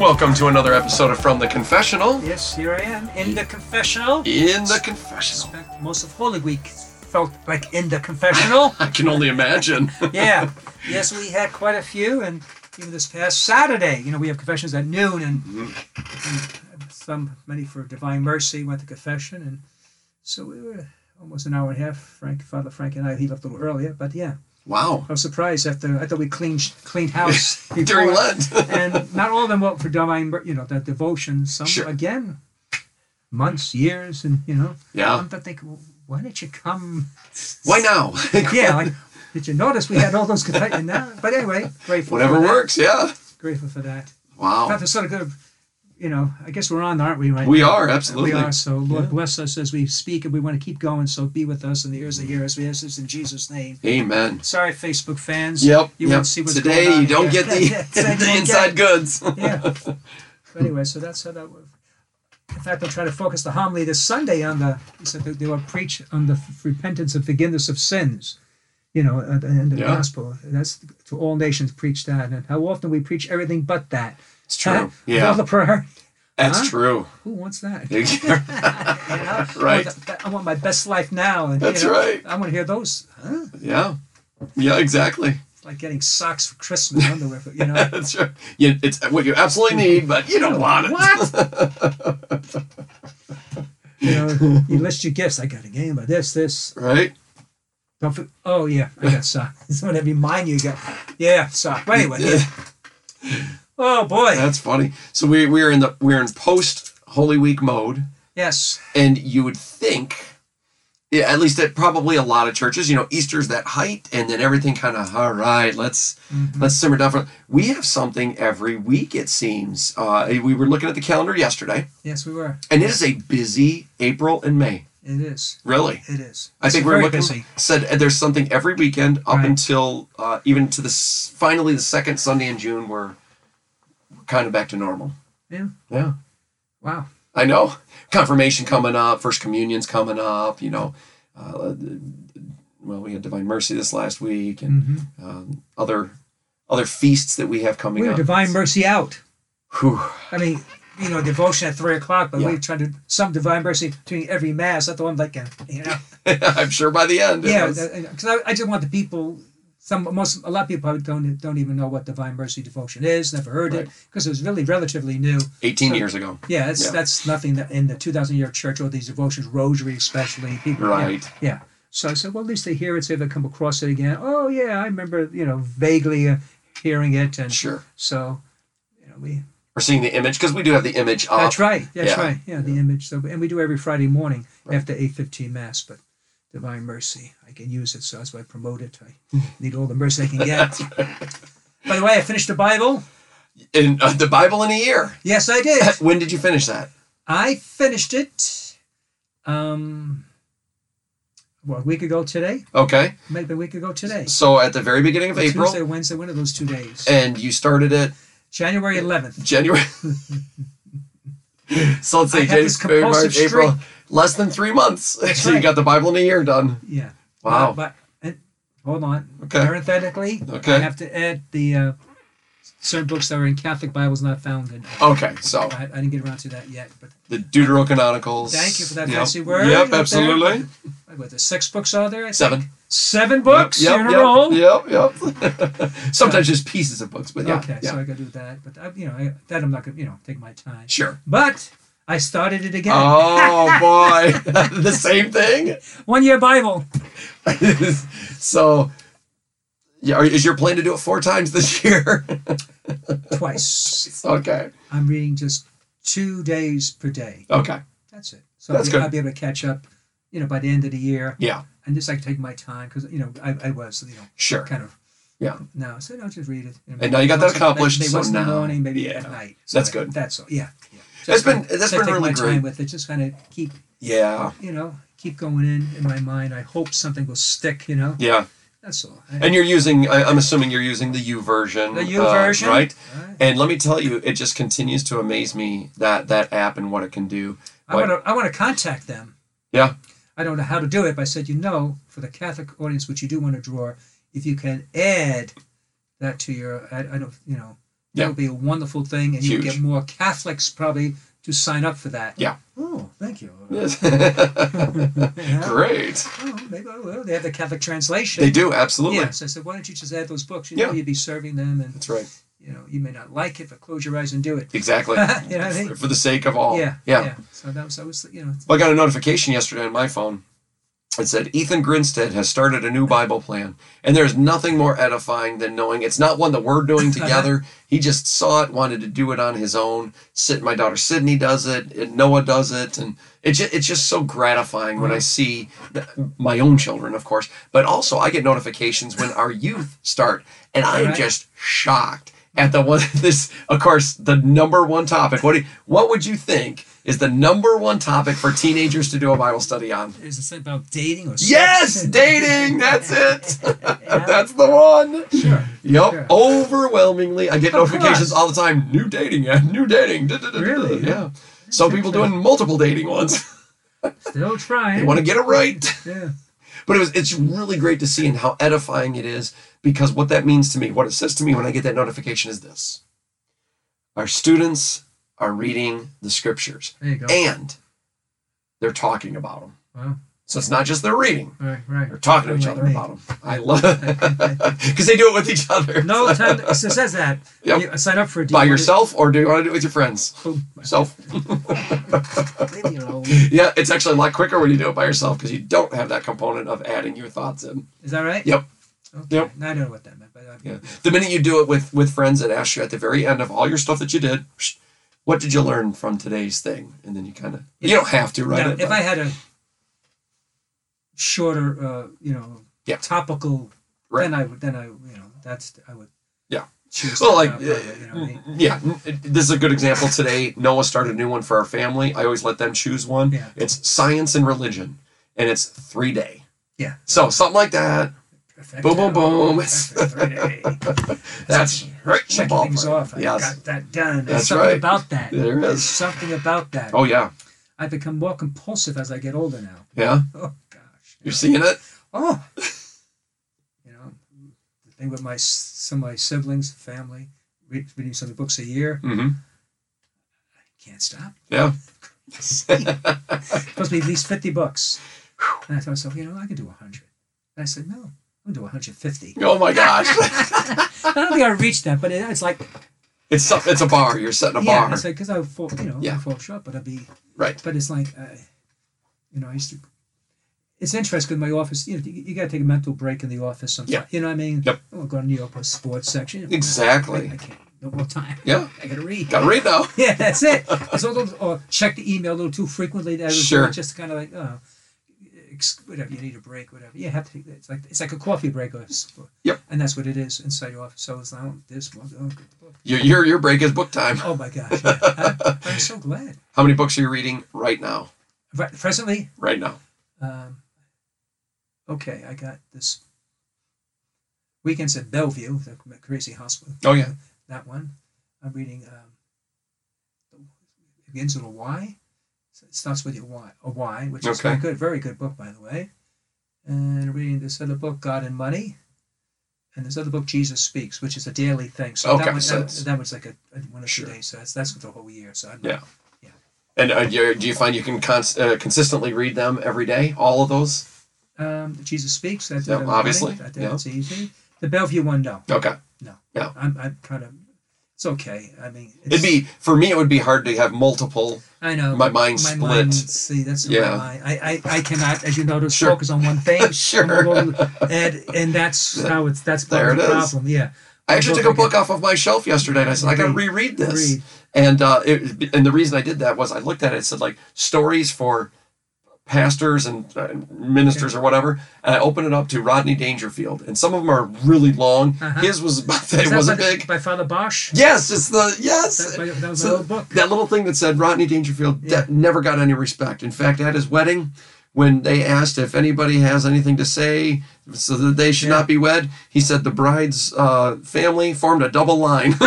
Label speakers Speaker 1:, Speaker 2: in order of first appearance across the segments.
Speaker 1: Welcome to another episode of From the Confessional.
Speaker 2: Yes, here I am in the confessional.
Speaker 1: In the confessional.
Speaker 2: Spent most of Holy Week felt like in the confessional.
Speaker 1: I can only imagine.
Speaker 2: yeah. Yes, we had quite a few, and even this past Saturday, you know, we have confessions at noon, and, and some many for Divine Mercy went to confession, and so we were almost an hour and a half. Frank, Father Frank, and I, he left a little earlier, but yeah,
Speaker 1: Wow.
Speaker 2: I was surprised after I thought we cleaned cleaned house
Speaker 1: During
Speaker 2: before.
Speaker 1: Lent.
Speaker 2: and not all of them were for divine, you know, that devotion. Some
Speaker 1: Sure.
Speaker 2: again, months, years, and you know.
Speaker 1: Yeah.
Speaker 2: I'm thinking, well, why did you come?
Speaker 1: Why now?
Speaker 2: Yeah, like, did you notice we had all those confessions? No, but anyway, grateful.
Speaker 1: Whatever
Speaker 2: for that.
Speaker 1: works, yeah.
Speaker 2: Grateful for that.
Speaker 1: Wow.
Speaker 2: That's a sort of good. You know, I guess we're on, aren't we? Right.
Speaker 1: We
Speaker 2: now?
Speaker 1: are, absolutely.
Speaker 2: We are. So Lord
Speaker 1: Yeah.
Speaker 2: bless us as we speak, and we want to keep going. So be with us in the ears that hear us. We ask this in Jesus' name.
Speaker 1: Amen.
Speaker 2: Sorry, Facebook fans.
Speaker 1: Yep.
Speaker 2: You
Speaker 1: yep.
Speaker 2: won't see what's
Speaker 1: Today
Speaker 2: going on
Speaker 1: you don't
Speaker 2: here.
Speaker 1: get the,
Speaker 2: Today you
Speaker 1: the
Speaker 2: won't
Speaker 1: inside
Speaker 2: get it.
Speaker 1: goods.
Speaker 2: yeah. But anyway, so that's how that works. In fact, I'm trying to focus the homily this Sunday on the. He said that they will preach on the f- repentance and forgiveness of sins. You know, at the end of
Speaker 1: Yeah.
Speaker 2: the gospel. That's to all nations preach that, and how often we preach everything but that.
Speaker 1: It's
Speaker 2: Huh?
Speaker 1: true.
Speaker 2: All
Speaker 1: Yeah.
Speaker 2: the prayer.
Speaker 1: That's
Speaker 2: Huh?
Speaker 1: true.
Speaker 2: Who wants that?
Speaker 1: You-
Speaker 2: You know?
Speaker 1: Right.
Speaker 2: I want, the- I want my best life now. And,
Speaker 1: That's
Speaker 2: you know,
Speaker 1: right.
Speaker 2: I want to hear those. Huh?
Speaker 1: yeah. Yeah, exactly.
Speaker 2: It's like getting socks for Christmas underwear. For, you know.
Speaker 1: That's right. You, it's what you absolutely need, but you don't want it.
Speaker 2: What? you know, you list your gifts. I got a game of this, this.
Speaker 1: Right?
Speaker 2: Don't for, oh yeah, I got sock. It's whatever you mind you got. Yeah, sock. But anyway, yeah. oh boy,
Speaker 1: That's funny. So we we're in the we're in post Holy Week mode.
Speaker 2: yes,
Speaker 1: and you would think yeah, at least at probably a lot of churches, you know, Easter's that height, and then everything kind of all right. Let's
Speaker 2: Mm-hmm.
Speaker 1: let's simmer down. For, we have something every week, it seems. Uh, we were looking at the calendar yesterday,
Speaker 2: yes, we were.
Speaker 1: and it is a busy April and May.
Speaker 2: It is.
Speaker 1: Really,
Speaker 2: It is.
Speaker 1: I think
Speaker 2: It's
Speaker 1: we're
Speaker 2: very
Speaker 1: looking.
Speaker 2: busy.
Speaker 1: Said uh, there's something every weekend up
Speaker 2: Right.
Speaker 1: until uh, even to the s- finally the second Sunday in June. We're, we're kind of back to normal.
Speaker 2: Yeah.
Speaker 1: Yeah.
Speaker 2: Wow.
Speaker 1: I know. Confirmation coming up, First Communion's coming up, you know. Uh, well, we had Divine Mercy this last week and
Speaker 2: Mhm.
Speaker 1: um, other other feasts that we have coming
Speaker 2: We were
Speaker 1: up.
Speaker 2: divine mercy out.
Speaker 1: Whew.
Speaker 2: I mean, you know, devotion at three o'clock, but
Speaker 1: Yeah.
Speaker 2: we tried to some divine mercy between every mass. That's the one like, uh, you know.
Speaker 1: I'm sure by the end. it
Speaker 2: yeah,
Speaker 1: was-
Speaker 2: because I, I just want the people. Some most a lot of people probably don't don't even know what divine mercy devotion is. Never heard it because it was really relatively new.
Speaker 1: 18 years ago.
Speaker 2: Yeah, that's
Speaker 1: Yeah.
Speaker 2: that's nothing that in the two thousand year church or these devotions, rosary especially. People, yeah,
Speaker 1: Right.
Speaker 2: Yeah, So I said, well, at least they hear it. So they come across it again. Oh yeah, I remember you know vaguely uh, hearing it, and
Speaker 1: Sure.
Speaker 2: so you know we.
Speaker 1: We're seeing the image because we do have the image up.
Speaker 2: That's right. That's
Speaker 1: Uh, yeah.
Speaker 2: right. Yeah, the image. So and we do every Friday morning
Speaker 1: Right.
Speaker 2: after eight fifteen mass, but. Divine mercy. I can use it, so that's why I promote it. I need all the mercy I can get. By the way, I finished the Bible.
Speaker 1: In uh, the Bible in a year.
Speaker 2: Yes, I did.
Speaker 1: When did you finish that?
Speaker 2: I finished it um what, a week ago today?
Speaker 1: Okay.
Speaker 2: Maybe a week ago today.
Speaker 1: So at the very beginning of April, Eh.
Speaker 2: Tuesday, Wednesday, one of those two days.
Speaker 1: and you started it
Speaker 2: January eleventh.
Speaker 1: January. so let's say
Speaker 2: I had
Speaker 1: January,
Speaker 2: this
Speaker 1: February, March,
Speaker 2: compulsive
Speaker 1: April. Less than three months.
Speaker 2: That's
Speaker 1: so you
Speaker 2: right.
Speaker 1: got the Bible in a year done.
Speaker 2: Yeah.
Speaker 1: Wow.
Speaker 2: But, but and, hold on.
Speaker 1: Okay.
Speaker 2: Parenthetically,
Speaker 1: Okay.
Speaker 2: I have to add the uh certain books that were in Catholic Bibles not found in
Speaker 1: Okay, so
Speaker 2: I, I didn't get around to that yet, but
Speaker 1: the Deuterocanonicals.
Speaker 2: Thank you for that
Speaker 1: Yep.
Speaker 2: fancy word up
Speaker 1: Yep,
Speaker 2: there.
Speaker 1: absolutely.
Speaker 2: what the six books are there? I think?
Speaker 1: Seven.
Speaker 2: Seven books
Speaker 1: Yep,
Speaker 2: in a
Speaker 1: yep,
Speaker 2: row.
Speaker 1: Yep, yep. Sometimes just pieces of books, but yeah.
Speaker 2: okay,
Speaker 1: yeah.
Speaker 2: so I gotta do that. But I, you know, I, that I'm not gonna you know, take my time.
Speaker 1: Sure.
Speaker 2: But I started it again.
Speaker 1: Oh boy, the same thing.
Speaker 2: One year Bible.
Speaker 1: so, yeah, are- is your plan to do it four times this year?
Speaker 2: Twice.
Speaker 1: okay,
Speaker 2: I'm reading just two days per day.
Speaker 1: okay,
Speaker 2: That's it. So
Speaker 1: That's
Speaker 2: I'll, be,
Speaker 1: good.
Speaker 2: I'll be able to catch up, you know, by the end of the year.
Speaker 1: yeah,
Speaker 2: And just I can take my time because, you know, I, I was, you know,
Speaker 1: sure.
Speaker 2: kind of.
Speaker 1: Yeah.
Speaker 2: No, so no, just read it.
Speaker 1: And now you got that
Speaker 2: Once-
Speaker 1: accomplished,
Speaker 2: Maybe
Speaker 1: so
Speaker 2: once in the
Speaker 1: now-
Speaker 2: morning, maybe
Speaker 1: yeah.
Speaker 2: at night.
Speaker 1: That's good.
Speaker 2: That's all. Yeah. yeah.
Speaker 1: That's been- that's
Speaker 2: to
Speaker 1: been
Speaker 2: take
Speaker 1: really
Speaker 2: my
Speaker 1: great.
Speaker 2: time with it. Just kind of keep,
Speaker 1: Yeah,
Speaker 2: you know, keep going in in my mind. I hope something will stick. You know,
Speaker 1: Yeah.
Speaker 2: that's all. I-
Speaker 1: And you're using, I, I'm assuming you're using the U version.
Speaker 2: The U
Speaker 1: uh,
Speaker 2: version,
Speaker 1: right?
Speaker 2: Right.
Speaker 1: And let me tell you, it just continues to amaze me that that app and what it can do.
Speaker 2: I want to. I want to contact them.
Speaker 1: Yeah.
Speaker 2: I don't know how to do it, but I said, you know, for the Catholic audience, which you do want to draw, if you can add that to your, I, I don't, you know, that
Speaker 1: Yeah.
Speaker 2: would be a wonderful thing, and you
Speaker 1: Huge.
Speaker 2: get more Catholics probably to sign up for that.
Speaker 1: Yeah.
Speaker 2: Oh, thank you.
Speaker 1: Yes.
Speaker 2: Yeah.
Speaker 1: Great.
Speaker 2: Oh, maybe I will. They have the Catholic translation.
Speaker 1: They do, absolutely.
Speaker 2: Yeah. So I said, why don't you just add those books? You know,
Speaker 1: Yeah.
Speaker 2: you'd be serving them, and
Speaker 1: That's right.
Speaker 2: you know, you may not like it, but close your eyes and do it.
Speaker 1: Exactly.
Speaker 2: You know what I mean?
Speaker 1: For- For the sake of all.
Speaker 2: yeah,
Speaker 1: Oh, Yeah.
Speaker 2: So that was, I was, you know,
Speaker 1: Well, I got a notification yesterday on my phone. It said Ethan Grinstead has started a new Bible plan, and there's nothing more edifying than knowing it's not one that we're doing together. he just saw it, wanted to do it on his own. Sit, my daughter Sydney does it, and Noah does it, and it ju- it's just so gratifying when I see th- my own children, of course, but also I get notifications when our youth start, and I am
Speaker 2: Right.
Speaker 1: just shocked at the one this of course the number one topic what do you, what would you think is the number one topic for teenagers to do a bible study on
Speaker 2: is it something about dating or? sex?
Speaker 1: yes dating that's it
Speaker 2: Yeah.
Speaker 1: that's the one
Speaker 2: Sure.
Speaker 1: yep
Speaker 2: Sure.
Speaker 1: overwhelmingly i get
Speaker 2: Of
Speaker 1: notifications
Speaker 2: course.
Speaker 1: all the time new dating and new dating da, da, da, da, da."
Speaker 2: Really?
Speaker 1: yeah so people doing multiple dating ones
Speaker 2: Still trying.
Speaker 1: they want to get it right
Speaker 2: Yeah.
Speaker 1: but it was it's really great to see and how edifying it is because what that means to me what it says to me when i get that notification is this our students are reading the scriptures
Speaker 2: There you go.
Speaker 1: and they're talking about them
Speaker 2: Wow.
Speaker 1: so it's not just they're reading
Speaker 2: Right. Right.
Speaker 1: they're talking to each
Speaker 2: Like
Speaker 1: other
Speaker 2: me.
Speaker 1: about them i love because they do it with each other
Speaker 2: No time. It says that.
Speaker 1: Yep.
Speaker 2: You sign up for a deal.
Speaker 1: by yourself or do you want to do it with your friends
Speaker 2: Boom.
Speaker 1: self
Speaker 2: Leave me alone.
Speaker 1: yeah it's actually a lot quicker when you do it by yourself because you don't have that component of adding your thoughts in
Speaker 2: Is that right?
Speaker 1: Yep.
Speaker 2: Okay.
Speaker 1: Yep.
Speaker 2: Now I don't know what that meant, but uh,
Speaker 1: Yeah. The minute you do it with with friends, it asks you at the very end of all your stuff that you did, "Psh, what did you learn from today's thing? And then you kind of you don't have to write
Speaker 2: now,
Speaker 1: it.
Speaker 2: if
Speaker 1: but-
Speaker 2: I had a shorter, uh, you know,
Speaker 1: Yeah.
Speaker 2: topical,
Speaker 1: Right.
Speaker 2: then I would. Then I, you know, that's I would.
Speaker 1: Yeah.
Speaker 2: Choose.
Speaker 1: well, like
Speaker 2: that, uh, probably, you know, what I mean?
Speaker 1: yeah, this is a good example today. Noah started a new one for our family. I always let them choose one.
Speaker 2: Yeah.
Speaker 1: It's science and religion, and it's three day.
Speaker 2: yeah.
Speaker 1: So something like that.
Speaker 2: Perfect.
Speaker 1: Boom, boom, boom.
Speaker 2: Perfect.
Speaker 1: That's right. in the
Speaker 2: Check things
Speaker 1: ballpark.
Speaker 2: off. I
Speaker 1: Yes.
Speaker 2: got that done. There's
Speaker 1: That's
Speaker 2: something
Speaker 1: right.
Speaker 2: about that.
Speaker 1: There
Speaker 2: There's
Speaker 1: is.
Speaker 2: something about that.
Speaker 1: Oh yeah,
Speaker 2: I become more compulsive as I get older now.
Speaker 1: yeah.
Speaker 2: Oh gosh.
Speaker 1: You're seeing it.
Speaker 2: Oh. you know, the thing with my s- some of my siblings, family, read, reading so many books a year,
Speaker 1: hmm
Speaker 2: can't stop.
Speaker 1: Yeah.
Speaker 2: Supposed to be at least fifty books. And I thought to myself, you know, I could do hundred. And I said, no, I'm gonna do hundred fifty.
Speaker 1: Oh my gosh.
Speaker 2: I don't think I reached that, but it, it's like
Speaker 1: it's some, it's a bar. You're setting a
Speaker 2: yeah,
Speaker 1: bar.
Speaker 2: it's like because I fall, you know,
Speaker 1: Yeah.
Speaker 2: I fall short, but I'd be
Speaker 1: Right.
Speaker 2: But it's like, uh, you know, I used to. It's interesting in my office. You know, you, you got to take a mental break in the office sometimes.
Speaker 1: Yeah.
Speaker 2: You know what I mean?
Speaker 1: Yep.
Speaker 2: Oh, go to New York Post sports section.
Speaker 1: Exactly.
Speaker 2: I can't. No more time.
Speaker 1: Yeah.
Speaker 2: I gotta read.
Speaker 1: Gotta read now.
Speaker 2: yeah, that's it. It's all those, or check the email a little too frequently. That was
Speaker 1: Sure.
Speaker 2: Just kind of like, oh, ex- whatever. You need a break, whatever. You have to. take that. It's like it's like a coffee break or. s-
Speaker 1: Yep.
Speaker 2: And that's what it is inside your office. So it's like oh, this one. Oh, good book.
Speaker 1: Your your your break is book time.
Speaker 2: oh my gosh! yeah. I, I'm so glad.
Speaker 1: How many books are you reading right now?
Speaker 2: Right, presently,
Speaker 1: Right now.
Speaker 2: um, okay, I got this weekends at Bellevue, the crazy hospital.
Speaker 1: Oh yeah.
Speaker 2: That one. I'm reading. Um, it begins with a Y. So it starts with a Y, a Y, which is
Speaker 1: Okay.
Speaker 2: a good, very good book, by the way. And reading this other book, God and Money, and this other book, Jesus Speaks, which is a daily thing. So
Speaker 1: Okay,
Speaker 2: that one,
Speaker 1: so
Speaker 2: that,
Speaker 1: it's-
Speaker 2: that one's like a, a one or
Speaker 1: Sure.
Speaker 2: two days. So that's that's the whole year. So I'm
Speaker 1: Yeah. And uh, you do you find you can cons- uh, consistently read them every day? All of those?
Speaker 2: Um, Jesus Speaks. I did
Speaker 1: Yeah,
Speaker 2: on the
Speaker 1: obviously,
Speaker 2: wedding. I did
Speaker 1: yeah.
Speaker 2: it's easy. The Bellevue one, no.
Speaker 1: Okay.
Speaker 2: I'm, I'm kind of, it's okay. I mean, it's,
Speaker 1: It'd be for me. It would be hard to have multiple.
Speaker 2: I know.
Speaker 1: my mind
Speaker 2: my
Speaker 1: split.
Speaker 2: Mind, see, that's
Speaker 1: Yeah.
Speaker 2: my mind. I, I, I cannot, as you notice,
Speaker 1: Sure.
Speaker 2: focus on one thing.
Speaker 1: Sure.
Speaker 2: And, and that's how it's, that's
Speaker 1: There
Speaker 2: part of
Speaker 1: it
Speaker 2: the
Speaker 1: is.
Speaker 2: problem. Yeah.
Speaker 1: I actually took a book off of my shelf yesterday, and I said I got to
Speaker 2: Read.
Speaker 1: reread this.
Speaker 2: Read.
Speaker 1: And uh, it, and the reason I did that was I looked at it. It said like stories for pastors and uh, ministers or whatever. And I opened it up to Rodney Dangerfield, and some of them are really long.
Speaker 2: Uh-huh.
Speaker 1: His was about that.
Speaker 2: Is
Speaker 1: It
Speaker 2: that
Speaker 1: wasn't
Speaker 2: by, the-
Speaker 1: big.
Speaker 2: By Father Bosch.
Speaker 1: Yes, it's the yes.
Speaker 2: That, by, that was
Speaker 1: So
Speaker 2: a little book.
Speaker 1: That little thing that said Rodney Dangerfield de-
Speaker 2: Yeah.
Speaker 1: never got any respect. In fact, at his wedding, when they asked if anybody has anything to say so that they should
Speaker 2: Yeah.
Speaker 1: not be wed, he said the bride's uh, family formed a double line.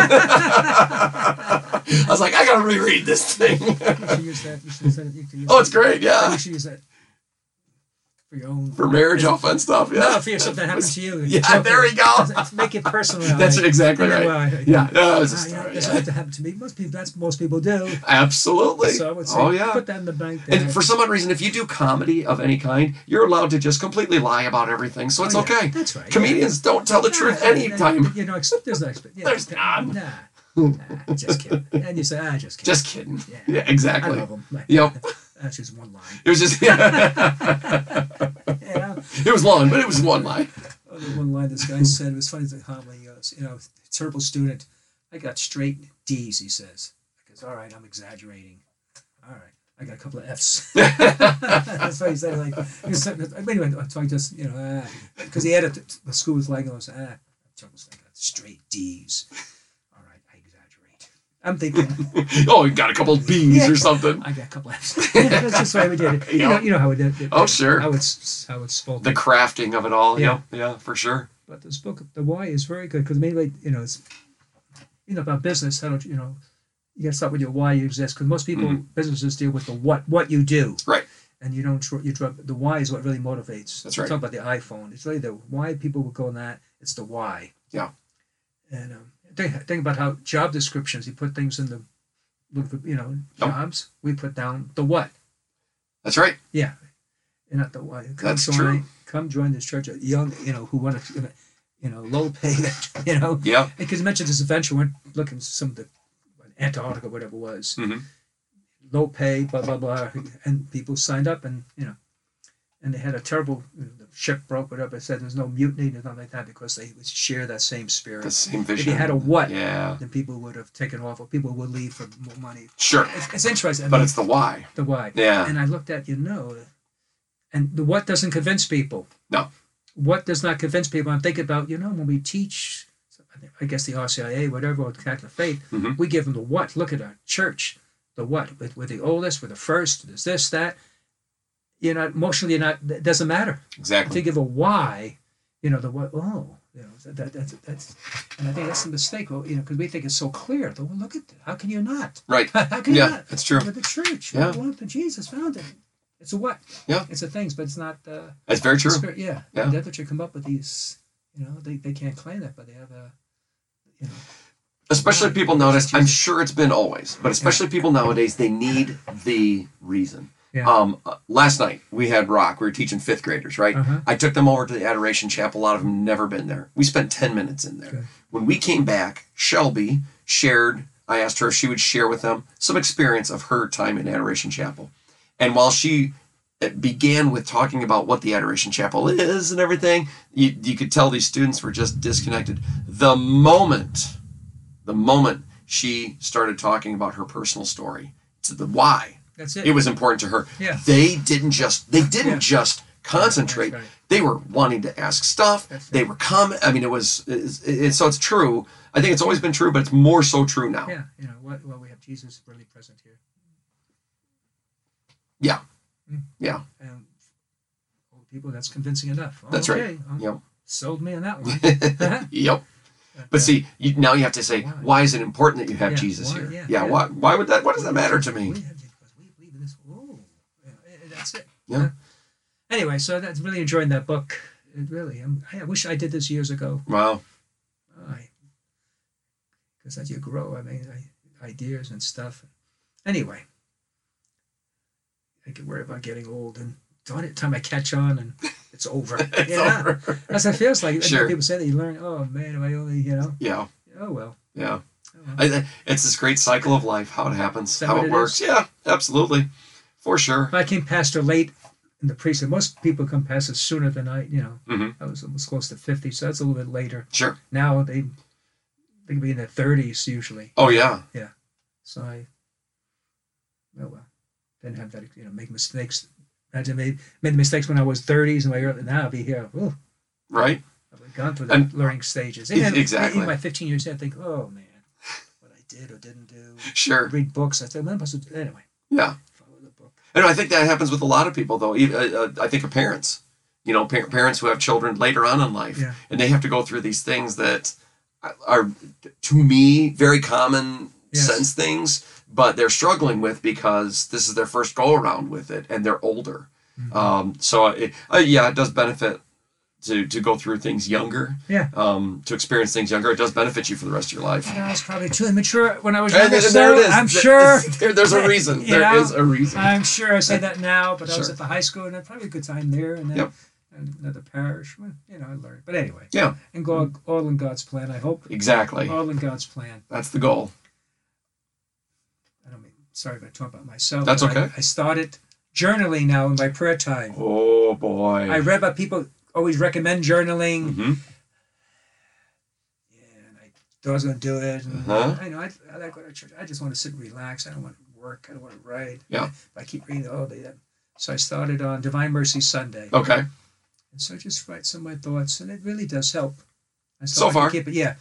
Speaker 1: I was like, I gotta reread this thing.
Speaker 2: You should use that. You should use that. You can use
Speaker 1: oh, it's
Speaker 2: that.
Speaker 1: great, yeah.
Speaker 2: You should use that for your own.
Speaker 1: For marriage offense stuff, yeah.
Speaker 2: No, for yourself that happened to you.
Speaker 1: Yeah,
Speaker 2: Joke
Speaker 1: there we
Speaker 2: it.
Speaker 1: go.
Speaker 2: Make it personal.
Speaker 1: That's
Speaker 2: like,
Speaker 1: exactly
Speaker 2: you know,
Speaker 1: right.
Speaker 2: uh,
Speaker 1: yeah, no, it's a
Speaker 2: uh, you know,
Speaker 1: story,
Speaker 2: this
Speaker 1: yeah.
Speaker 2: doesn't have to happen to me. Most people. That's what most people do.
Speaker 1: Absolutely.
Speaker 2: So I would say,
Speaker 1: oh yeah.
Speaker 2: put that in the bank. There.
Speaker 1: And for some odd reason, if you do comedy of any kind, you're allowed to just completely lie about everything, so it's
Speaker 2: Oh, yeah,
Speaker 1: okay.
Speaker 2: that's right.
Speaker 1: Comedians don't tell the truth
Speaker 2: Nah,
Speaker 1: any
Speaker 2: nah,
Speaker 1: time.
Speaker 2: You know, ex- there's no expect. Yeah,
Speaker 1: There's none.
Speaker 2: Nah, nah, just kidding. And you say, ah, just kidding.
Speaker 1: Just kidding.
Speaker 2: Yeah.
Speaker 1: Yeah,
Speaker 2: I
Speaker 1: exactly.
Speaker 2: love them. Like,
Speaker 1: Yep.
Speaker 2: That's just one line.
Speaker 1: It was just
Speaker 2: You know,
Speaker 1: it was long, but it was one line.
Speaker 2: Oh, the one line this guy said it was funny. The homily, he goes, you know, terrible student. I got straight D's. He says, I goes, all right, I'm exaggerating. All right, I got a couple of F's. That's what he said. Like, he was, sitting- anyway, so I just, you know, because he had a the school was like, I was, ah, troubles. I got straight D's. All right, I exaggerate. I'm thinking,
Speaker 1: Oh, you got a couple B's or something.
Speaker 2: I got a couple of F's. That's just the way we did it. You know, you know how we did it.
Speaker 1: Oh, sure.
Speaker 2: How it's how it's spoken.
Speaker 1: The crafting of it all.
Speaker 2: Yeah.
Speaker 1: Yeah, yeah, for sure.
Speaker 2: But this book, The Why, is very good because mainly, you know, it's you know about business. How don't you know? You got to start with your why you exist because most people businesses deal with the what what you do,
Speaker 1: Mm-hmm. Right.
Speaker 2: and you don't tr- you drop the why is what really motivates.
Speaker 1: That's right.
Speaker 2: Talk about the iPhone. It's really the why people would go on that. It's the why.
Speaker 1: Yeah.
Speaker 2: And um, think think about how job descriptions you put things in the look for you know
Speaker 1: Yep.
Speaker 2: jobs we put down the what
Speaker 1: That's right.
Speaker 2: yeah, and not the why. Come
Speaker 1: That's
Speaker 2: join,
Speaker 1: true.
Speaker 2: Come join this church, of young, you know, who want to, you know, low paid, you know,
Speaker 1: Yeah.
Speaker 2: because you mentioned this adventure went looking some of the Antarctica, whatever it was,
Speaker 1: Mhm.
Speaker 2: low pay, blah blah blah, and people signed up, and you know, and they had a terrible you know, the ship broke, whatever. It said there's no mutiny, there's nothing like that, because they would share that same spirit.
Speaker 1: The same
Speaker 2: if
Speaker 1: vision.
Speaker 2: you had a what,
Speaker 1: yeah.
Speaker 2: then people would have taken off, or people would leave for more money.
Speaker 1: Sure.
Speaker 2: It's, it's interesting,
Speaker 1: But it's the why.
Speaker 2: the why.
Speaker 1: Yeah.
Speaker 2: And I looked at you know, and the what doesn't convince people.
Speaker 1: No.
Speaker 2: What does not convince people? I'm thinking about you know when we teach, I guess the RCIA, whatever, or Catholic faith,
Speaker 1: Mhm.
Speaker 2: we give them the what. Look at our church, the what. We're, we're the oldest. We're the first. There's this that. You're not emotionally. You're not. It doesn't matter. If
Speaker 1: Exactly.
Speaker 2: you give a why, you know the what. Oh, you know that, that that's that's, and I think that's a mistake. Well, you know because we think it's so clear. Well, look at that. How can you not?
Speaker 1: Right.
Speaker 2: How can you
Speaker 1: Yeah,
Speaker 2: not?
Speaker 1: that's true.
Speaker 2: With the church.
Speaker 1: Yeah.
Speaker 2: Yeah. The one that Jesus founded. It's a what?
Speaker 1: Yeah.
Speaker 2: It's a things, but it's not uh,
Speaker 1: That's very true.
Speaker 2: spirit. Yeah.
Speaker 1: Yeah.
Speaker 2: And That's what you come up with these. You know, they, they can't claim that, but they have a. You know.
Speaker 1: Especially
Speaker 2: Why?
Speaker 1: people nowadays. I'm
Speaker 2: Jesus.
Speaker 1: sure it's been always, but especially people nowadays, they need the reason.
Speaker 2: Yeah.
Speaker 1: Um, uh, last night we had rock. We were teaching fifth graders, right?
Speaker 2: Uh-huh.
Speaker 1: I took them over to the Adoration Chapel. A lot of them never been there. We spent ten minutes in there.
Speaker 2: Okay.
Speaker 1: When we came back, Shelby shared. I asked her if she would share with them some experience of her time in Adoration Chapel, and while she uh, began with talking about what the Adoration Chapel is and everything, you, you could tell these students were just disconnected. The moment the moment she started talking about her personal story to the why
Speaker 2: that's it.
Speaker 1: it was important to her
Speaker 2: Yeah.
Speaker 1: they didn't just they didn't
Speaker 2: Yeah.
Speaker 1: just concentrate
Speaker 2: That's right.
Speaker 1: they were wanting to ask stuff
Speaker 2: That's
Speaker 1: they were comment i mean it was it's, it's- so it's true i think it's always been true but it's more so true now
Speaker 2: yeah. You know, what, well, we have Jesus really present here.
Speaker 1: Yeah.
Speaker 2: Mm.
Speaker 1: Yeah.
Speaker 2: And old people, that's convincing enough. Oh,
Speaker 1: That's right.
Speaker 2: okay. Oh,
Speaker 1: Yep.
Speaker 2: Sold me on that one.
Speaker 1: yep but see you, now you have to say
Speaker 2: Why?
Speaker 1: why is it important that you have
Speaker 2: Yeah,
Speaker 1: jesus
Speaker 2: why?
Speaker 1: here
Speaker 2: Yeah, yeah.
Speaker 1: why why would that what does that matter to me
Speaker 2: We have to- because we believe in this. Whoa. Yeah, eh, that's it.
Speaker 1: Yeah.
Speaker 2: Anyway, so that's really enjoying that book. It really, I'm, I wish I did this years ago.
Speaker 1: wow
Speaker 2: I, because as you grow, I mean, I, ideas and stuff. Anyway, I could worry about getting old and darn it, time I catch on and it's over.
Speaker 1: it's
Speaker 2: yeah,
Speaker 1: over
Speaker 2: that's what it feels like.
Speaker 1: Sure.
Speaker 2: People say that you learn. Oh man, am I only? You know?
Speaker 1: yeah
Speaker 2: Oh well.
Speaker 1: yeah
Speaker 2: Oh, well.
Speaker 1: I, it's this great cycle of life, how it happens,
Speaker 2: Is that
Speaker 1: how
Speaker 2: what
Speaker 1: it
Speaker 2: it
Speaker 1: works. Yeah, absolutely, for sure.
Speaker 2: I came pastor late in the priesthood. Most people come pastor sooner than I, you know.
Speaker 1: Mhm.
Speaker 2: I was almost close to 50, so that's a little bit later.
Speaker 1: Sure.
Speaker 2: Now they, they can be in their 30s usually.
Speaker 1: Oh yeah,
Speaker 2: So I, oh well, didn't have that, you know, make mistakes. Imagine I made, made the mistakes when I was 30s and my early, now I'll be here. Ooh,
Speaker 1: right.
Speaker 2: I've gone through the
Speaker 1: And-
Speaker 2: learning stages.
Speaker 1: Ex-
Speaker 2: Even-
Speaker 1: exactly.
Speaker 2: In my 15 years, I think, oh man, what I did or didn't do.
Speaker 1: Sure.
Speaker 2: Read books. I think, man, I must have- anyway,
Speaker 1: Yeah.
Speaker 2: follow the book.
Speaker 1: I know. I think that happens with a lot of people, though. Even- uh, uh, I think of parents. You know, par- parents who have children later on in life,
Speaker 2: Yeah.
Speaker 1: and they have to go through these things that are, to me, very common
Speaker 2: Yes.
Speaker 1: sense things, but they're struggling with because this is their first go around with it, and they're older.
Speaker 2: Mm-hmm.
Speaker 1: Um, so, it, uh, yeah, it does benefit to to go through things younger.
Speaker 2: Yeah.
Speaker 1: Um, to experience things younger, it does benefit you for the rest of your life.
Speaker 2: I was probably too immature when I was
Speaker 1: And
Speaker 2: younger.
Speaker 1: there, there
Speaker 2: so
Speaker 1: it is.
Speaker 2: I'm
Speaker 1: There-
Speaker 2: sure.
Speaker 1: there- there's a reason.
Speaker 2: You
Speaker 1: There is
Speaker 2: know?
Speaker 1: a reason.
Speaker 2: I'm sure I say that now, but I was
Speaker 1: Sure.
Speaker 2: at the high school and I had probably a good time there, and then
Speaker 1: Yep.
Speaker 2: and another parish. Well, you know, I learned. But anyway,
Speaker 1: Yeah.
Speaker 2: and God, all in God's plan. I hope
Speaker 1: Exactly.
Speaker 2: all in God's plan.
Speaker 1: That's the goal.
Speaker 2: I don't mean sorry if I talk about myself.
Speaker 1: That's
Speaker 2: but I-
Speaker 1: okay.
Speaker 2: I, started journaling now in my prayer time.
Speaker 1: Oh boy.
Speaker 2: I read about people always recommend journaling.
Speaker 1: hmm
Speaker 2: Yeah, and I thought I was going to do it. And
Speaker 1: Uh-huh.
Speaker 2: I know I, I like going to church. I just want to sit and relax. I don't want to work. I don't want to write.
Speaker 1: Yeah.
Speaker 2: But I keep reading all day. So I started on Divine Mercy Sunday.
Speaker 1: Okay.
Speaker 2: And so I just write some of my thoughts, and it really does help. I
Speaker 1: So
Speaker 2: thought I could
Speaker 1: far.
Speaker 2: keep it, yeah.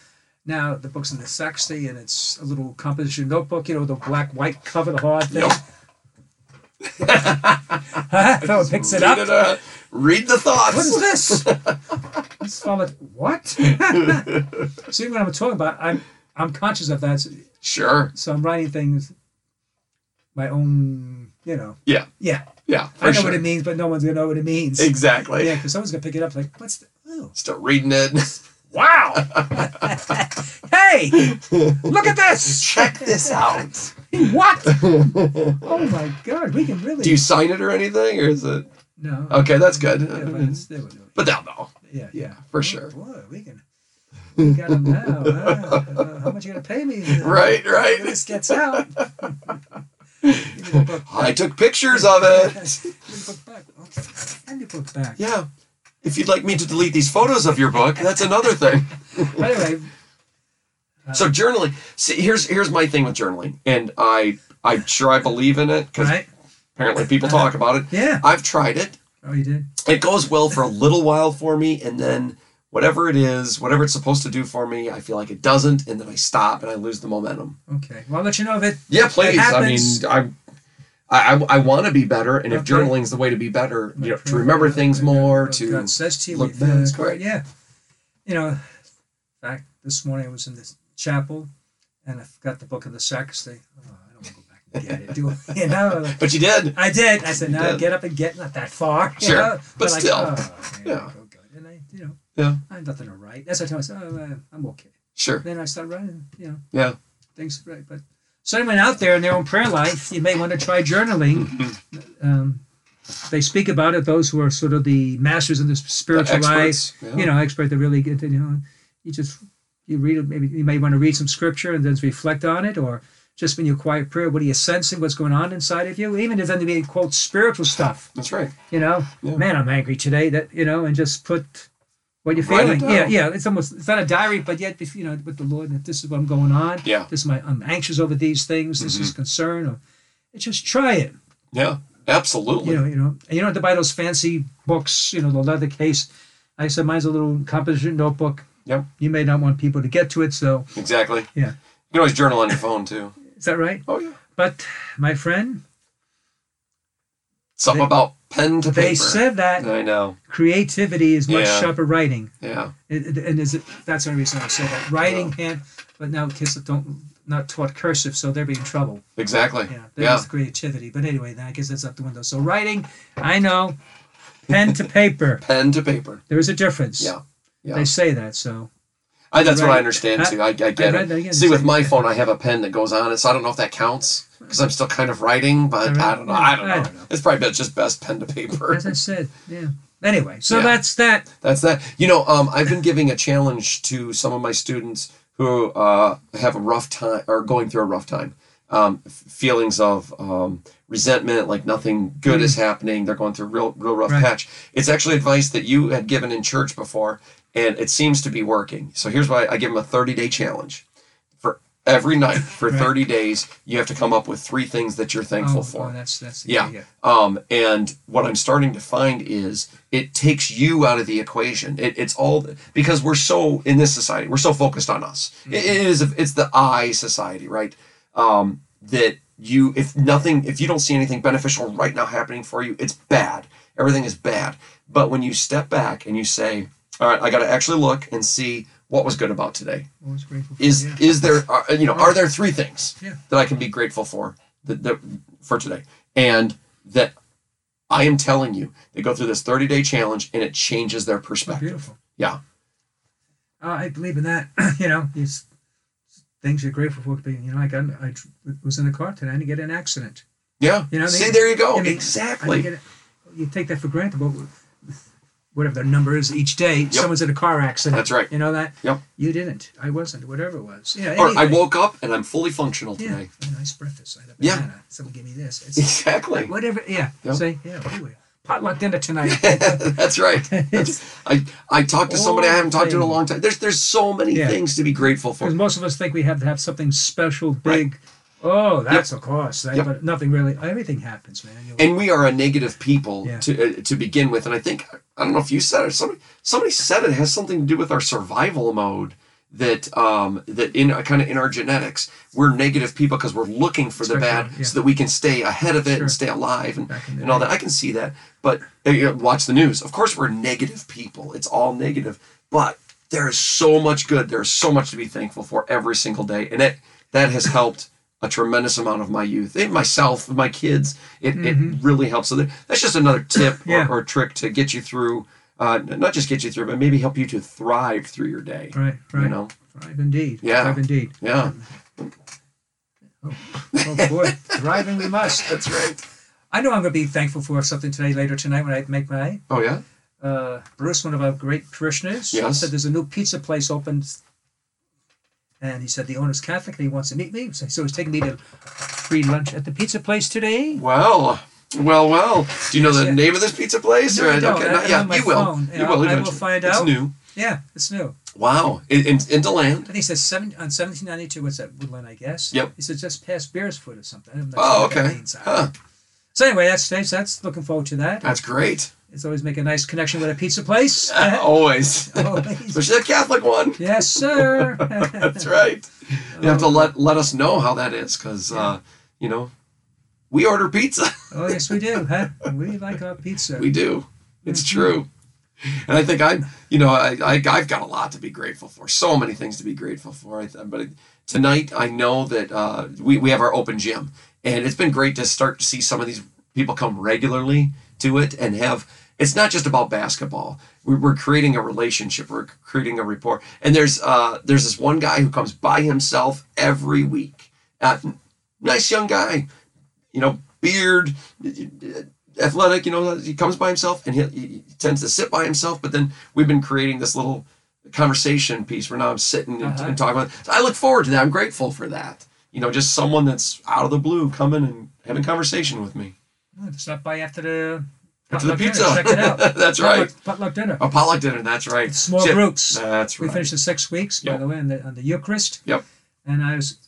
Speaker 2: Now the book's in the sexy, and it's a little composition notebook, you know, the black white cover, the hard thing. so it picks it
Speaker 1: Read
Speaker 2: up.
Speaker 1: uh, read the thoughts.
Speaker 2: What is this? It's all like, what? See what I'm talking about? I'm I'm conscious of that, so,
Speaker 1: Sure.
Speaker 2: so I'm writing things, my own, you know.
Speaker 1: Yeah.
Speaker 2: Yeah,
Speaker 1: Yeah. For
Speaker 2: I know
Speaker 1: sure.
Speaker 2: what it means, but no one's gonna know what it means.
Speaker 1: Exactly.
Speaker 2: Yeah, because someone's gonna pick it up like, what's the? Oh.
Speaker 1: Start reading it.
Speaker 2: Wow! hey, look at this!
Speaker 1: Check this out.
Speaker 2: What? Oh my God, we can really
Speaker 1: Do you sign it or anything, or is it
Speaker 2: no.
Speaker 1: okay? That's good.
Speaker 2: Yeah, but it's, there we go.
Speaker 1: But they'll know.
Speaker 2: Yeah,
Speaker 1: Yeah, for
Speaker 2: Oh,
Speaker 1: sure.
Speaker 2: Boy, we can. We got them now. huh? Uh, how much you gonna pay me?
Speaker 1: Right.
Speaker 2: When
Speaker 1: Right.
Speaker 2: this gets out. Give me the book.
Speaker 1: I took pictures of it.
Speaker 2: Give me the book back. Oh, and the book back.
Speaker 1: Yeah. If you'd like me to delete these photos of your book, that's another thing.
Speaker 2: But anyway,
Speaker 1: So journaling. See, here's here's my thing with journaling, and I I'm sure I believe in it because
Speaker 2: right?
Speaker 1: apparently people talk about it.
Speaker 2: Yeah.
Speaker 1: I've tried it.
Speaker 2: Oh, you did.
Speaker 1: It goes well for a little while for me, and then whatever it is, whatever it's supposed to do for me, I feel like it doesn't, and then I stop and I lose the momentum.
Speaker 2: Okay. Well, I'll let you know if it.
Speaker 1: Yeah,
Speaker 2: if it
Speaker 1: please. I mean,
Speaker 2: happens.
Speaker 1: I I, I, want to be better, and if
Speaker 2: Okay.
Speaker 1: journaling's the way to be better, you know,
Speaker 2: Like,
Speaker 1: to remember
Speaker 2: yeah,
Speaker 1: things
Speaker 2: yeah, yeah,
Speaker 1: more,
Speaker 2: what
Speaker 1: to
Speaker 2: God says to you,
Speaker 1: look
Speaker 2: what you feel is
Speaker 1: back,
Speaker 2: correct.
Speaker 1: right.
Speaker 2: Yeah, you know, back this morning I was in this chapel, and I forgot the book of the sacristy. Oh, I don't want to go back and get it. Do I? you know? like,
Speaker 1: but you did.
Speaker 2: I did. I said,
Speaker 1: You
Speaker 2: no,
Speaker 1: did.
Speaker 2: get up and get. Not that far. you
Speaker 1: Sure,
Speaker 2: know?
Speaker 1: but still.
Speaker 2: oh, man,
Speaker 1: Yeah.
Speaker 2: go good. And I, you know,
Speaker 1: Yeah.
Speaker 2: I have nothing to write. That's what I tell myself. Oh, uh, I'm okay.
Speaker 1: Sure.
Speaker 2: Then I start writing. You know,
Speaker 1: Yeah.
Speaker 2: things right. But so anyone out there in their own prayer life, you may want to try journaling. um, they speak about it. Those who are sort of the masters in the spiritual life,
Speaker 1: experts, yeah.
Speaker 2: you know, expert that really get to you know, you just you read it. Maybe you may want to read some scripture and then reflect on it, or just in your quiet prayer, what are you sensing? What's going on inside of you? Even if then to be quote spiritual stuff,
Speaker 1: That's right.
Speaker 2: you know,
Speaker 1: Yeah.
Speaker 2: man, I'm angry today. That you know, and just put. What you're
Speaker 1: Write it
Speaker 2: feeling, yeah,
Speaker 1: down.
Speaker 2: yeah. It's almost it's not a diary, but yet if you know with the Lord, if this is what I'm going on,
Speaker 1: Yeah. Mm-hmm.
Speaker 2: this is my I'm anxious over these things. This is concern, or it's just try it.
Speaker 1: Yeah. Absolutely.
Speaker 2: You know, you know, and you don't have to buy those fancy books. You know, the leather case. I said mine's a little composition notebook.
Speaker 1: Yep.
Speaker 2: You may not want people to get to it, so
Speaker 1: Exactly. You
Speaker 2: yeah.
Speaker 1: can always journal on your phone too.
Speaker 2: Is that right?
Speaker 1: Oh yeah.
Speaker 2: But my friend,
Speaker 1: Something about pen to
Speaker 2: they
Speaker 1: paper.
Speaker 2: said that
Speaker 1: I know.
Speaker 2: creativity is much
Speaker 1: Yeah.
Speaker 2: sharper writing,
Speaker 1: Yeah.
Speaker 2: It- it- and is it, that's the only reason I said that writing hand. But now kids that don't not taught cursive, so they'll be in trouble.
Speaker 1: Exactly.
Speaker 2: Yeah,
Speaker 1: Yeah.
Speaker 2: there's creativity. But anyway, then I guess that's out the window. So writing, I know, pen to paper.
Speaker 1: Pen to paper.
Speaker 2: There is a difference.
Speaker 1: Yeah. Yeah.
Speaker 2: They say that, so
Speaker 1: I, that's what
Speaker 2: Right.
Speaker 1: I understand too. I, I get
Speaker 2: I read that
Speaker 1: it.
Speaker 2: again.
Speaker 1: See, with my phone, I have a pen that goes on it, so I don't know if that counts because I'm still kind of writing, but
Speaker 2: Alright.
Speaker 1: I don't know. I don't know.
Speaker 2: I don't know.
Speaker 1: It's probably just best pen to paper.
Speaker 2: as I said, yeah. Anyway, so
Speaker 1: Yeah.
Speaker 2: that's that.
Speaker 1: That's that. You know, um, I've been giving a challenge to some of my students who uh, have a rough time or going through a rough time. Um, f- feelings of um, resentment, like nothing good is happening. They're going through a real, real rough
Speaker 2: Mm. Right.
Speaker 1: patch. It's actually advice that you had given in church before, and it seems to be working. So here's why I give them a 30 day challenge. For every night, for
Speaker 2: Right.
Speaker 1: 30 days, you have to come up with three things that you're thankful
Speaker 2: oh,
Speaker 1: for.
Speaker 2: oh, that's that's the
Speaker 1: Yeah.
Speaker 2: idea.
Speaker 1: Um, and what I'm starting to find is it takes you out of the equation. It, it's all because we're so in this society, we're so focused on us. It- it is it's the I society, right? Um, that you if nothing if you don't see anything beneficial right now happening for you it's bad everything is bad but when you step back and you say all right i got to actually look and see what was good about today
Speaker 2: Always grateful. For,
Speaker 1: is
Speaker 2: yeah.
Speaker 1: is there are, you know are there three things
Speaker 2: Yeah.
Speaker 1: that i can be grateful for that, that for today and that i am telling you they go through this 30 day challenge and it changes their
Speaker 2: Oh,
Speaker 1: perspective
Speaker 2: beautiful.
Speaker 1: yeah
Speaker 2: Uh, I believe in that. you know, these things you're grateful for being. You know, like I, I tr- was in a car today. I didn't get in an accident.
Speaker 1: yeah
Speaker 2: You know,
Speaker 1: see
Speaker 2: they-
Speaker 1: there you go
Speaker 2: I mean, I
Speaker 1: Oh, exactly
Speaker 2: didn't get it. You take that for granted, but whatever the number is each day, someone's in a car accident.
Speaker 1: That's right.
Speaker 2: You know that.
Speaker 1: Yep.
Speaker 2: You didn't. I wasn't. Whatever it was. Yeah.
Speaker 1: or i
Speaker 2: anything.
Speaker 1: woke up and i'm fully functional
Speaker 2: Yeah.
Speaker 1: today
Speaker 2: A nice breakfast. I had a
Speaker 1: Yeah.
Speaker 2: banana. Someone gave me this. It's,
Speaker 1: exactly
Speaker 2: whatever. Yeah.
Speaker 1: Yep.
Speaker 2: Say yeah. We were potluck dinner tonight.
Speaker 1: That's right.
Speaker 2: It's-
Speaker 1: I I talked to somebody I haven't talked to in a
Speaker 2: All
Speaker 1: long time. There's there's so many
Speaker 2: Yeah.
Speaker 1: things to be grateful
Speaker 2: Because
Speaker 1: for.
Speaker 2: most of us think we have to have something special,
Speaker 1: Right.
Speaker 2: big. Oh, that's a cost. That,
Speaker 1: Yep.
Speaker 2: But nothing really. Everything happens, man. You-
Speaker 1: And we are a negative people
Speaker 2: Yeah.
Speaker 1: to uh, to begin with. And I think I don't know if you said it. Or somebody somebody said it has something to do with our survival mode. That um that in uh, kind of in our genetics we're negative people because we're looking for the
Speaker 2: Especially,
Speaker 1: bad
Speaker 2: yeah.
Speaker 1: so that we can stay ahead of it
Speaker 2: Sure.
Speaker 1: and stay alive and,
Speaker 2: Back in the
Speaker 1: and all
Speaker 2: day.
Speaker 1: that. I can see that. But uh, you know, watch the news. Of course we're negative people. It's all negative. But there is so much good. There's so much to be thankful for every single day, and it that has helped a tremendous amount of my youth, and myself, my kids. It, it really helps. So that- that's just another tip
Speaker 2: Mm-hmm. Yeah.
Speaker 1: or, or trick to get you through, uh, n- not just get you through, but maybe help you to thrive through your day.
Speaker 2: right, right.
Speaker 1: You know,
Speaker 2: Thrive indeed.
Speaker 1: Yeah.
Speaker 2: Thrive indeed.
Speaker 1: yeah,
Speaker 2: Oh, boy. Thriving we must.
Speaker 1: that's right.
Speaker 2: I know I'm going to be thankful for something today, later tonight, when I make my.
Speaker 1: Oh yeah,
Speaker 2: Uh, Bruce, one of our great parishioners,
Speaker 1: Yes.
Speaker 2: said there's a new pizza place opened. And he said the owner's Catholic and he wants to meet me. So he's taking me to free lunch at the pizza place today.
Speaker 1: well. Well, well. Do you know the
Speaker 2: Yeah.
Speaker 1: name of this pizza place?
Speaker 2: No, I don't. I-
Speaker 1: not
Speaker 2: I'm
Speaker 1: yet.
Speaker 2: on my
Speaker 1: you will.
Speaker 2: phone.
Speaker 1: You will.
Speaker 2: I- I will
Speaker 1: eventually.
Speaker 2: find
Speaker 1: it's
Speaker 2: out.
Speaker 1: new.
Speaker 2: Yeah, it's new.
Speaker 1: Wow. In in, in Deland.
Speaker 2: I think he says seven on seventeen ninety two. What's that Woodland? I guess.
Speaker 1: Yep.
Speaker 2: He says just past Bearsfoot or something. I'm not
Speaker 1: Oh,
Speaker 2: sure what that
Speaker 1: okay.
Speaker 2: means.
Speaker 1: Huh.
Speaker 2: So anyway, that's nice. That's looking forward to that.
Speaker 1: That's great.
Speaker 2: It's always make a nice connection with a pizza place.
Speaker 1: Oh. Always.
Speaker 2: Always.
Speaker 1: Especially the Catholic one.
Speaker 2: yes, sir.
Speaker 1: That's right. Um, You have to let let us know how that is, because uh, you know, we order pizza.
Speaker 2: Oh yes, we do. Huh? We like our pizza.
Speaker 1: we do. It's true. And I think I'm, you know, I, I I've got a lot to be grateful for. So many things to be grateful for. I th- but it- tonight I know that uh, we we have our open gym, and it's been great to start to see some of these people come regularly to it and have. It's not just about basketball. We- We're creating a relationship. We're creating a rapport. And there's uh, there's this one guy who comes by himself every week. Uh, nice young guy, you know, beard, athletic. You know, he comes by himself and he, he tends to sit by himself. But then we've been creating this little conversation piece where now I'm sitting and,
Speaker 2: Uh-huh.
Speaker 1: and talking about. So I look forward to that. I'm grateful for that. You know, just someone that's out of the blue coming and having conversation with me.
Speaker 2: Oh, Stop by after the
Speaker 1: After the
Speaker 2: potluck dinner,
Speaker 1: pizza,
Speaker 2: Check it out.
Speaker 1: that's right.
Speaker 2: Potluck, potluck dinner.
Speaker 1: A potluck dinner. That's right.
Speaker 2: Small
Speaker 1: Chip.
Speaker 2: groups.
Speaker 1: That's
Speaker 2: We
Speaker 1: right.
Speaker 2: finished in six weeks, by
Speaker 1: Yep.
Speaker 2: the way, on the, on the Eucharist.
Speaker 1: Yep.
Speaker 2: And I was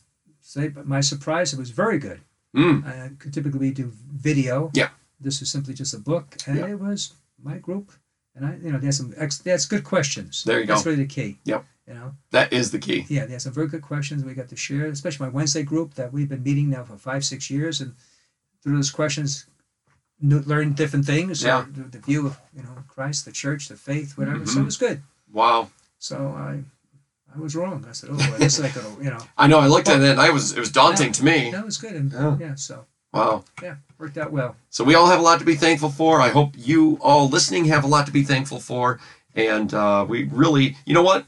Speaker 2: say, but my surprise, it was very good.
Speaker 1: Mm.
Speaker 2: I could typically we do video.
Speaker 1: Yeah.
Speaker 2: This was simply just a book, and
Speaker 1: Yeah.
Speaker 2: it was my group, and I, you know, they had some ex, they had some good questions.
Speaker 1: There you
Speaker 2: That's
Speaker 1: go.
Speaker 2: really the key.
Speaker 1: Yep.
Speaker 2: You know,
Speaker 1: That is the key.
Speaker 2: yeah, they had some very good questions we got to share, especially my Wednesday group that we've been meeting now for five, six years, and through those questions, knew, learned different things.
Speaker 1: Yeah.
Speaker 2: The, the view of you know Christ, the church, the faith, whatever.
Speaker 1: Mm-hmm.
Speaker 2: So it was good.
Speaker 1: Wow.
Speaker 2: So I, I was wrong. I said, oh, boy, this is like a, you know,
Speaker 1: I know. I looked at it and I was it was daunting to me.
Speaker 2: that was good. And
Speaker 1: Yeah.
Speaker 2: yeah. so
Speaker 1: Wow.
Speaker 2: yeah, worked out well.
Speaker 1: So we all have a lot to be thankful for. I hope you all listening have a lot to be thankful for. And uh, we really, you know what?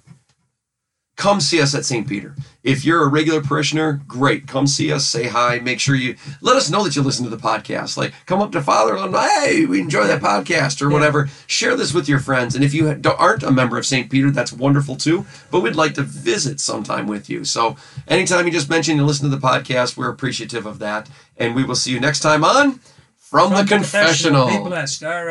Speaker 1: Come see us at St. Peter. If you're a regular parishioner, great. Come see us, say hi, make sure you let us know that you listen to the podcast. Like, come up to Father and let him know, hey, we enjoy that podcast or whatever. Share this with your friends. And if you don't- aren't a member of St. Peter, that's wonderful too. But we'd like to visit sometime with you. So anytime you just mention you listen to the podcast, we're appreciative of that. And we will see you next time on From, the
Speaker 2: From
Speaker 1: Confessional.
Speaker 2: Be blessed. All right.